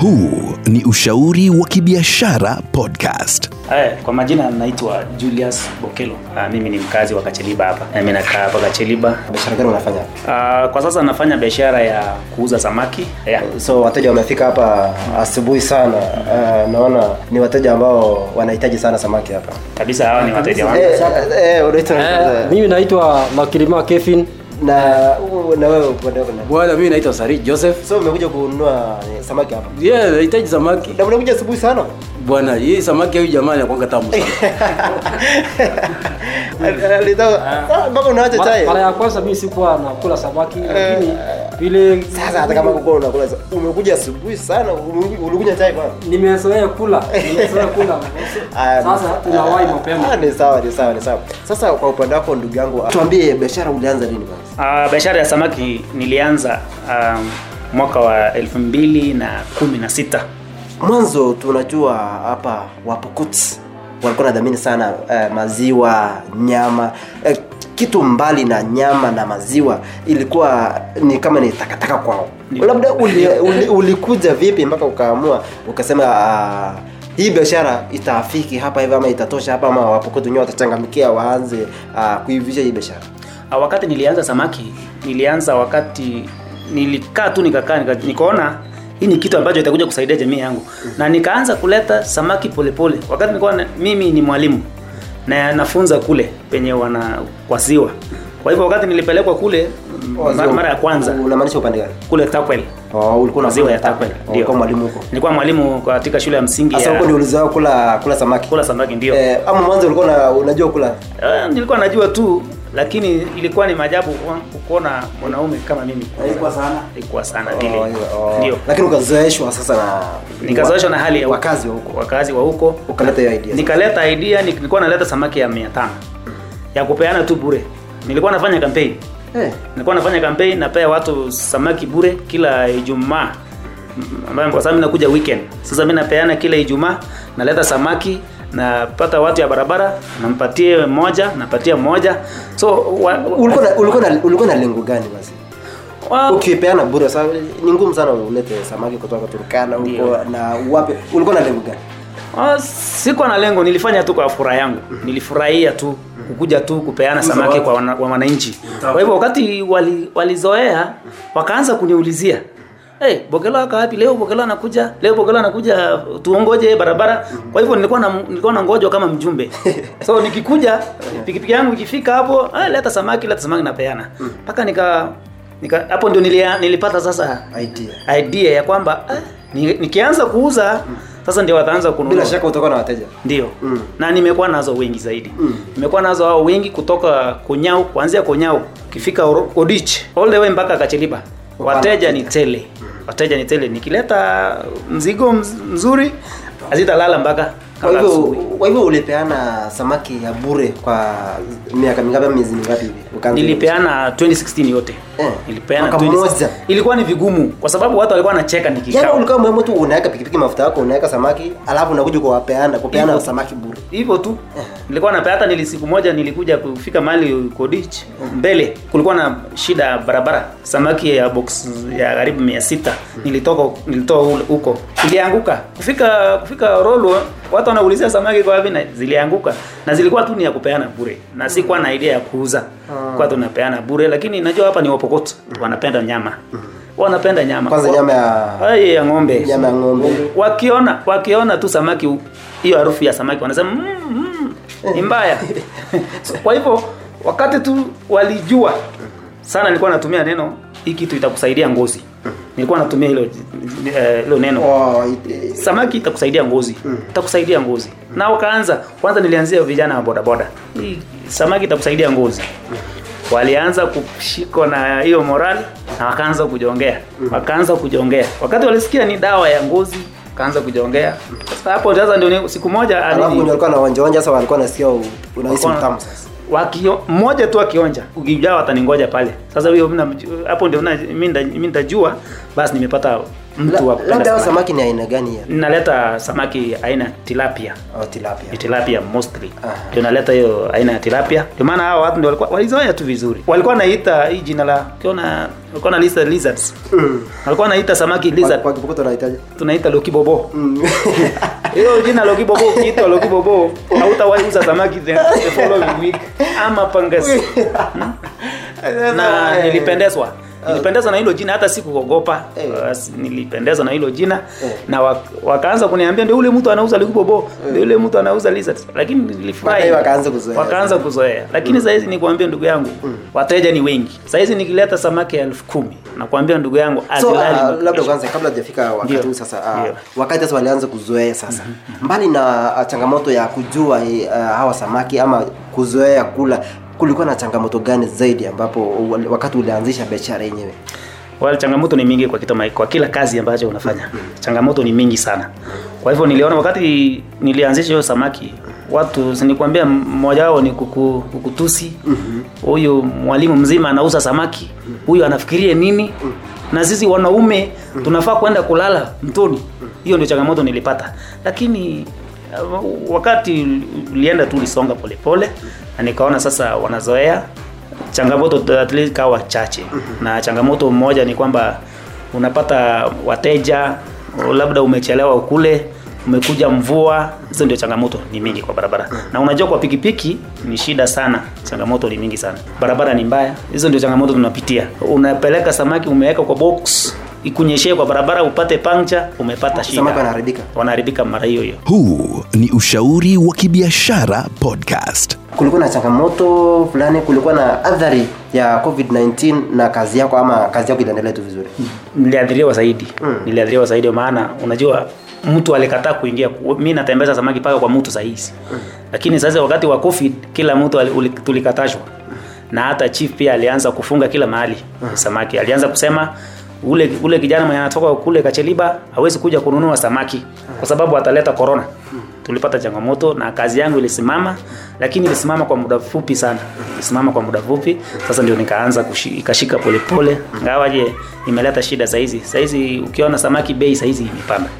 Huu ni Ushauri wa Kibiashara Podcast. Eh, kwa majina naitwa Julius Bokelo. Ah, mimi ni mkazi wa Kacheliba hapa. Eh, Mimi nakaa hapa Kacheliba. Biashara gani unafanya? Ah, kwa sasa nafanya biashara ya kuuza samaki. Eh, Yeah. So wateja wamefika hapa asubuhi sana. Uh, naona ni wateja ambao wanahitaji sana samaki hapa. Kabisa hawa ni wateja wangu. Eh, eh, unaitwa Eh, mimi naitwa Makilima Kevin. na na wewe upande wako nani? Bwana, mimi naitwa Sari Joseph. So umekuja kununua eh, samaki hapa. Yeah, nahitaji samaki. Na unakuja asubuhi sana? Bwana, hii samaki huyu jamani anakuwa tamu sana. Alitaka Eh, ah, mpaka unaacha chai. Mara ya kwanza mimi sikuwa nakula samaki lakini vile Eh. Sasa hata kama uko unakula sa- umekuja asubuhi sana ume- ulikunywa chai kwanza. nimezoea kula, nimezoea kula. Ah, Sasa tunawahi mapema. Ah, Ni sawa, ni sawa, ni sawa. Sasa kwa upande wako ndugu yangu, tuambie biashara ulianza lini kwanza? Ah, biashara ya samaki nilianza um, mwaka wa 2016. Mwanzo tunajua hapa Wapokot walikuwa nadhamini sana eh, maziwa, nyama eh, kitu mbali na nyama na maziwa ilikuwa ni kama ni takataka kwao. Ndio. Labda uli, uli, ulikuja vipi mpaka ukaamua ukasema uh, hii biashara itaafiki hapa hivi ama itatosha hapa ama Wapokot wenyewe watachangamkia waanze uh, kuivisha hii biashara. Ah, wakati nilianza samaki, nilianza wakati nilikaa tu nikakaa nika, nikaona hii ni kitu ambacho itakuja kusaidia jamii yangu na nikaanza kuleta samaki polepole pole. wakati nilikuwa na, mimi ni mwalimu na nafunza kule penye wana kwa ziwa kwa hivyo wakati nilipelekwa kule Oh, mara, mara ya kwanza Unamaanisha upande gani? kule Takwel Oh, ulikuwa maziwa ya unafunza Takwel Takwel. Oh, Ulikuwa mwalimu huko. nilikuwa mwalimu katika shule ya msingi Sasa ya huko ndio ulizao kula kula samaki. kula samaki ndio Eh, ama mwanzo ulikuwa una- unajua kula Eh, nilikuwa najua tu lakini ilikuwa ni maajabu ku- kuona mwanaume kama mimi Haikuwa sana? ilikuwa sana vile Oh, oh. ndio lakini ukazoeshwa sasa na nikazoeshwa na hali ya huko. wakazi wa huko wakazi wa huko ukaleta hiyo idea nikaleta idea nik- nilikuwa naleta samaki ya 500 ya kupeana tu bure nilikuwa nafanya kampeni eh, nilikuwa nafanya kampeni napea watu samaki bure kila Ijumaa M- ambayo kwa sababu nakuja weekend. Sasa mimi napeana kila Ijumaa, naleta samaki napata watu ya barabara, nampatie moja, napatia moja. So wa, wa, ulikuwa na, ulikuwa na, ulikuwa na lengo gani basi wa, ukipeana bure sasa ni ngumu sana ulete samaki kutoka Turkana huko Ndio. na wapi ulikuwa na lengo gani wa, Ah, sikuwa na lengo, nilifanya tu kwa furaha yangu, nilifurahia tu kukuja tu kupeana samaki kwa wana- kwa wananchi. Kwa hivyo wakati wali- walizoea wakaanza kuniulizia Hey, Bokelo aka wapi leo? Bokelo anakuja leo, Bokelo anakuja, tuongoje barabara. Kwa hivyo nilikuwa na nilikuwa na ngojwa kama mjumbe so nikikuja pikipiki yangu ikifika hapo, ah, leta samaki, leta samaki, napeana mpaka nika nika hapo ndio nilia- nilipata sasa idea idea ya kwamba eh, ni- nikianza kuuza sasa ndio wataanza kununua bila shaka utakuwa na wateja ndio Mm. na nimekuwa nazo wengi zaidi nimekuwa nazo hao wengi kutoka konyao kuanzia konyao ukifika Oro- odich all the way mpaka kacheliba wateja ni tele wateja ni tele nikileta mzigo mz- mzuri hazitalala mpaka kwa mpaka hivyo asubuhi. kwa hivyo ulipeana samaki ya bure kwa miaka mingapi ama miezi mingapi hivi Ukaanza- nilipeana 2016 yote Eh, nilipeana mwaka 2016. mmoja. ilikuwa ni vigumu kwa sababu watu walikuwa wanacheka Yaani nikikaa ulikuwa muhimu tu unaweka pikipiki mafuta yako unaweka samaki alafu unakuja kuwapeana kupeana samaki bure hivyo tu nilikuwa na hata nili siku moja nilikuja kufika mahali kodich mbele kulikuwa na shida ya barabara samaki ya box ya karibu mia sita nilitoka nilitoa ule- huko ilianguka kufika kufika rolo watu wanaulizia samaki kwa wapi na zilianguka na zilikuwa tu ni ya kupeana bure na sikuwa na idea ya kuuza kwa tunapeana bure lakini najua hapa ni wapokoto wanapenda nyama wanapenda nyama kwanza nyama ya Ai, ya ng'ombe nyama ya ng'ombe wakiona wakiona tu samaki u- hiyo harufu ya samaki wanasema "Mm, mm, ni mbaya So, kwa hivyo wakati tu walijua sana nilikuwa natumia neno hii kitu itakusaidia ngozi nilikuwa natumia hilo eh, hilo neno Oh, it- it- samaki itakusaidia ngozi Hmm. itakusaidia ngozi na wakaanza kwanza nilianzia vijana wa bodaboda Hii samaki itakusaidia ngozi Hmm. walianza kushikwa na hiyo morali na wakaanza kujongea Hmm. wakaanza kujongea wakati walisikia ni dawa ya ngozi wakaanza kujongea sasa hapo sasa ndio ni- siku moja alafu alini- wenye walikuwa na wanja wanja sasa walikuwa nasikia u- unahisi Wakona- mtamu sasa wakio- mmoja tu akionja ukijaa wataningoja pale sasa huyo mna- hapo ndio mna- mi nda- mi nitajua basi nimepata mtu wa kupenda labda hao samaki samaki ni aina gani ya naleta samaki aina ya tilapia oh, tilapia Ni tilapia mostly Aha. ndio naleta hiyo aina ya tilapia ndio maana hao watu ndio walikuwa walizoea tu vizuri walikuwa naita hii jina la ukiona walikuwa na lisa lizards walikuwa naita samaki Kwa- lizard Mm. kwa Kibokota unahitaji Mm. tunaita lokibobo hiyo jina lokibobo ukiitwa lokibobo hautawahi uza samaki the, the following week ama pangasi na nilipendezwa nilipendezwa na hilo jina hata sikuogopa Eh. Basi nilipendezwa na hilo jina Eh. na wak- wakaanza kuniambia ndio ule mtu anauza likubobo ndio ule mtu anauza lizard lakini nilifurahi Baadaye wakaanza kuzoea. Mm. wakaanza kuzoea lakini saizi nikuambia ndugu yangu wateja ni wengi saizi nikileta samaki ya elfu kumi nakuambia ndugu yangu so uh, azilali makucha. labda kwanza kabla hajafika wakati Ndio. huu sasa uh, Ndio. Mm-hmm. wakati sasa walianza kuzoea sasa mbali na uh, changamoto ya kujua uh, hawa samaki ama kuzoea kula kulikuwa na changamoto gani zaidi ambapo wal- wakati ulianzisha biashara yenyewe Well, changamoto ni mingi kwa kitu ma- kwa kila kazi ambacho unafanya changamoto ni mingi sana kwa hivyo niliona wakati nilianzisha hiyo samaki watu sinikuambia mmoja wao ni kuku, kukutusi huyu mwalimu mzima anauza samaki huyu anafikirie nini na sisi wanaume tunafaa kwenda kulala mtoni hiyo ndio changamoto nilipata lakini uh, wakati ulienda tu ulisonga polepole na nikaona sasa wanazoea changamoto at least kawa chache na changamoto moja ni kwamba unapata wateja labda umechelewa kule umekuja mvua hizo ndio changamoto ni mingi kwa barabara na unajua kwa pikipiki ni shida sana changamoto ni mingi sana barabara ni mbaya hizo ndio changamoto tunapitia unapeleka samaki umeweka kwa box ikunyeshee kwa barabara upate pancha umepata shida samaki wanaharibika wanaharibika mara hiyo hiyo Huu ni Ushauri wa Kibiashara Podcast. kulikuwa na changamoto fulani kulikuwa na athari ya covid-19 na kazi yako ama kazi yako iliendelea tu vizuri niliadhiriwa zaidi mm. niliadhiriwa zaidi maana unajua mtu alikataa kuingia ku- mi natembeza samaki paka kwa mtu sahizi mm. lakini sasa wakati wa covid kila mtu ali- uli- tulikatazwa na hata chief pia alianza kufunga kila mahali mm. samaki alianza kusema ule ule kijana mwenye anatoka kule kacheliba hawezi kuja kununua samaki kwa sababu ataleta corona tulipata changamoto na kazi yangu ilisimama lakini ilisimama kwa muda fupi sana ilisimama kwa muda fupi sasa ndio nikaanza kushi- ikashika polepole ngawaje imeleta shida sahizi sahizi ukiona samaki bei sahizi imepanda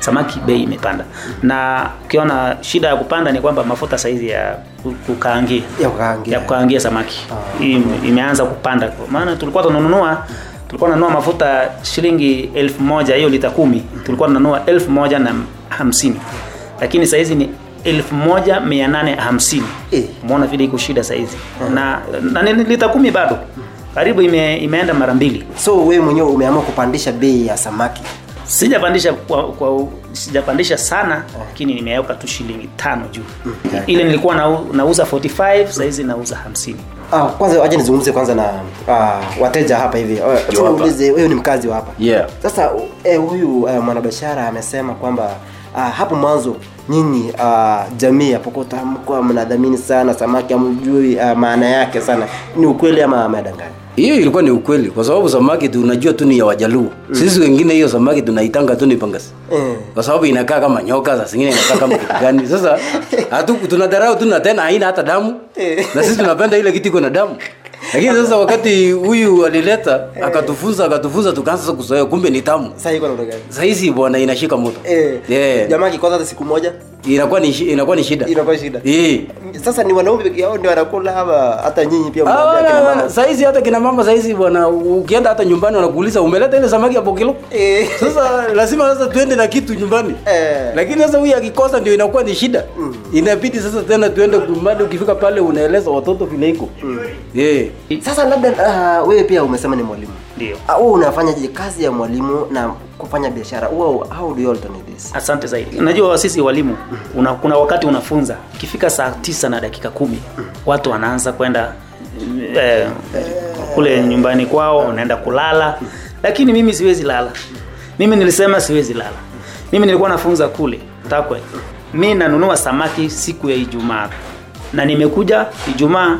samaki bei imepanda na ukiona shida ya kupanda ni kwamba mafuta sahizi ya ku- kukaangia ya kukaangia. ya kukaangia samaki Ime- imeanza kupanda Kwa maana tulikuwa tunanunua tulikuwa tunanunua mafuta shilingi elfu moja hiyo lita kumi tulikuwa tunanunua elfu moja na hamsini lakini sahizi ni elfu moja mia nane hamsini Eh. umeona vile iko shida sahizi na, na ni lita kumi bado karibu ime, imeenda mara mbili so wewe mwenyewe umeamua kupandisha bei ya samaki sijapandisha kwa, kwa sijapandisha sana lakini nimeweka tu shilingi tano juu Okay. ile nilikuwa nau- nauza 45 sahizi nauza 50 Ah, kwanza waje nizungumze kwanza na ah, wateja hapa hivi Ah, sasa hapa. uulize wewe ni mkazi wa hapa Yeah. sasa u- eh, huyu eh, mwanabiashara amesema kwamba ah, hapo mwanzo nyinyi ah, jamii ya pokota mkuwa mnadhamini sana samaki amjui ah, maana yake sana ni ukweli ama amadangani hiyo ilikuwa ni ukweli kwa sababu samaki tunajua tu ni ya wajaluo sisi wengine hiyo samaki tunaitanga tu ni pangasi Mm. kwa sababu inakaa kama nyoka saa zingine inakaa kama kitu gani sasa hatu tunadharau tu na tena haina hata damu na sisi tunapenda ile kitu iko na damu lakini sasa wakati huyu alileta akatufunza akatufunza tukaanza kuzoea kumbe ni tamu sasa iko namna gani sahizi bwana inashika moto eh, yeah. jamaa kikosa hata siku moja inakuwa ni shi- inakuwa ni shida Eh. inakuwa shida yeah. sasa ni wanaume peke yao ndio wanakula ama hata nyinyi pia Ah, mnaambia wana- kina wana- mama saizi hata kina mama saizi bwana ukienda hata nyumbani wanakuuliza umeleta ile samaki hapo kilo Eh. sasa lazima sasa tuende na kitu nyumbani Eh. Mm. lakini sasa huyu akikosa ndio inakuwa ni shida inabidi sasa tena tuende nyumbani ukifika pale unaeleza watoto vile iko Mm. Eh. yeah. sasa labda uh, wewe pia umesema ni mwalimu ndio Ah, wewe unafanyaje kazi ya mwalimu na kufanya biashara Wewe, how do you alternate this asante zaidi unajua sisi walimu una, kuna wakati unafunza ikifika saa tisa na dakika kumi watu wanaanza kwenda eh, kule nyumbani kwao wanaenda kulala lakini mimi siwezi lala mimi nilisema siwezi lala mimi nilikuwa nafunza kule takwe mi nanunua samaki siku ya ijumaa na nimekuja ijumaa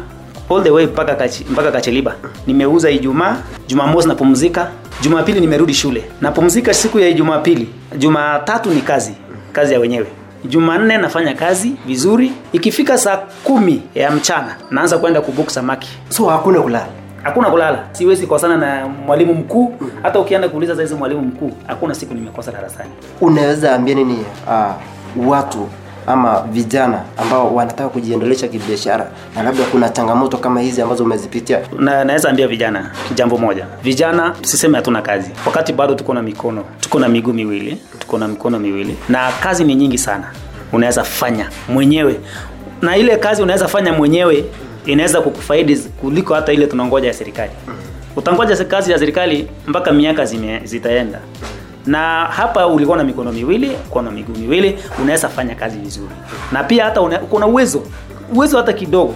all the way mpaka kachi, mpaka kacheliba nimeuza ijumaa jumamosi napumzika jumapili nimerudi shule napumzika siku ya jumapili jumatatu ni kazi kazi ya wenyewe jumanne nafanya kazi vizuri ikifika saa kumi ya mchana naanza kwenda kubuk samaki so hakuna kulala hakuna kulala siwezi kukosana na mwalimu mkuu hata ukienda kuuliza saizi mwalimu mkuu hakuna siku nimekosa darasani unaweza ambia nini uh, watu ama vijana ambao wanataka kujiendelesha kibiashara na labda kuna changamoto kama hizi ambazo umezipitia na, naweza ambia vijana jambo moja vijana siseme hatuna kazi wakati bado tuko na mikono tuko na miguu miwili tuko na mikono miwili na kazi ni nyingi sana unaweza fanya mwenyewe na ile kazi unaweza fanya mwenyewe inaweza kukufaidi kuliko hata ile tunangoja ya serikali utangoja se- kazi ya serikali mpaka miaka zime, zitaenda na hapa ulikuwa na mikono miwili uko na miguu miwili unaweza fanya kazi vizuri na pia hata una- uko na uwezo uwezo hata kidogo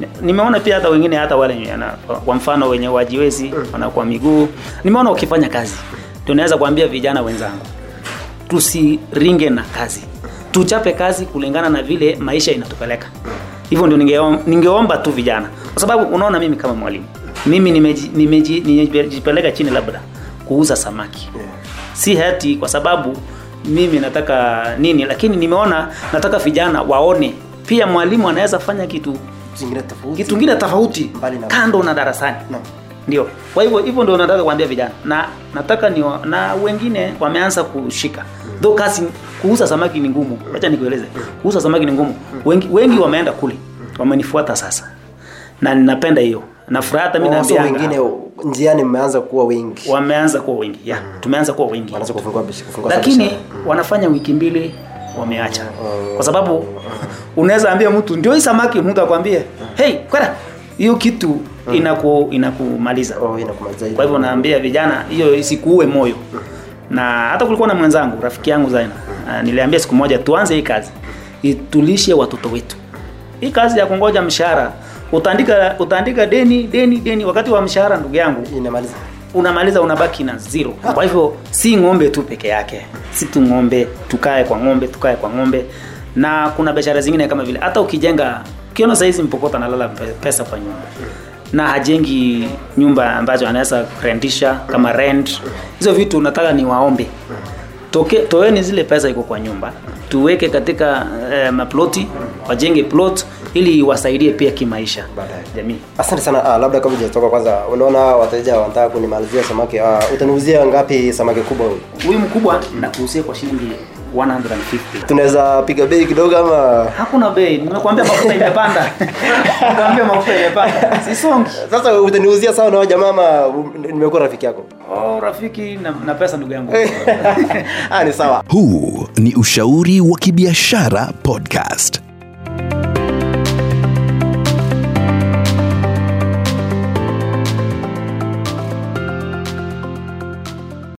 Ni- nimeona pia hata wengine hata wale wenye wana- kwa mfano wenye wajiwezi wanakuwa miguu nimeona ukifanya kazi tunaweza kuambia vijana wenzangu tusiringe na kazi tuchape kazi kulingana na vile maisha inatupeleka hivyo ndio ningeom- ningeomba tu vijana kwa sababu unaona mimi kama mwalimu mimi nimeji- nimeji- nimejipeleka chini labda kuuza samaki si hati kwa sababu mimi nataka nini lakini nimeona nataka vijana waone pia mwalimu anaweza fanya kitu zingine tofauti kitu kingine tofauti Mbali na- kando na darasani Naam. ndio kwa hivyo hivyo ndio nataka kuambia vijana na nataka ni wa, na wengine wameanza kushika Mm. though kazi kuuza samaki ni ngumu acha nikueleze kuuza samaki ni ngumu Mm. wengi, wengi wameenda kule wamenifuata sasa na ninapenda hiyo nafurahi hata mimi Wazo naambia wengine njiani mmeanza kuwa wengi wameanza kuwa wengi yeah. tumeanza kuwa wengi Mm. wanaanza kufungua bish- kufungua lakini biashara. wanafanya wiki mbili wameacha Oh. kwa sababu unaweza ambia mtu ndio hii samaki mtu akwambie Mm. hey kwenda hiyo kitu inaku inakumaliza Oh, inakumaliza Mm. hivyo. kwa hivyo naambia vijana hiyo isikuue moyo na hata kulikuwa na mwenzangu rafiki yangu zaina Mm. na niliambia siku moja tuanze hii kazi itulishe watoto wetu hii kazi ya kungoja mshahara utaandika utaandika deni deni deni wakati wa mshahara ndugu yangu inamaliza unamaliza unabaki na zero kwa hivyo si ng'ombe tu peke yake si tu ng'ombe tukae kwa ng'ombe tukae kwa ng'ombe na kuna biashara zingine kama vile hata ukijenga ukiona sahizi mpokota analala pe- pesa kwa nyumba na hajengi nyumba ambazo anaweza kurendisha kama rent hizo vitu nataka ni waombe Toke, toeni zile pesa iko kwa nyumba tuweke katika eh, maploti wajenge plot ili iwasaidie pia kimaisha Baadaye. jamii asante sana ah, labda kabla hujatoka kwanza unaona wateja wanataka kunimalizia samaki ah, utaniuzia ngapi samaki kubwa huyu huyu mkubwa nakuuzia kwa shilingi 150 tunaweza piga bei kidogo ama hakuna bei nimekuambia mafuta imepanda nimekuambia mafuta imepanda sisongi sasa utaniuzia sawa na jamaa ama um, nimekuwa rafiki yako oh, rafiki na, na pesa ndugu yangu ah, ni sawa Huu ni Ushauri wa Kibiashara Podcast.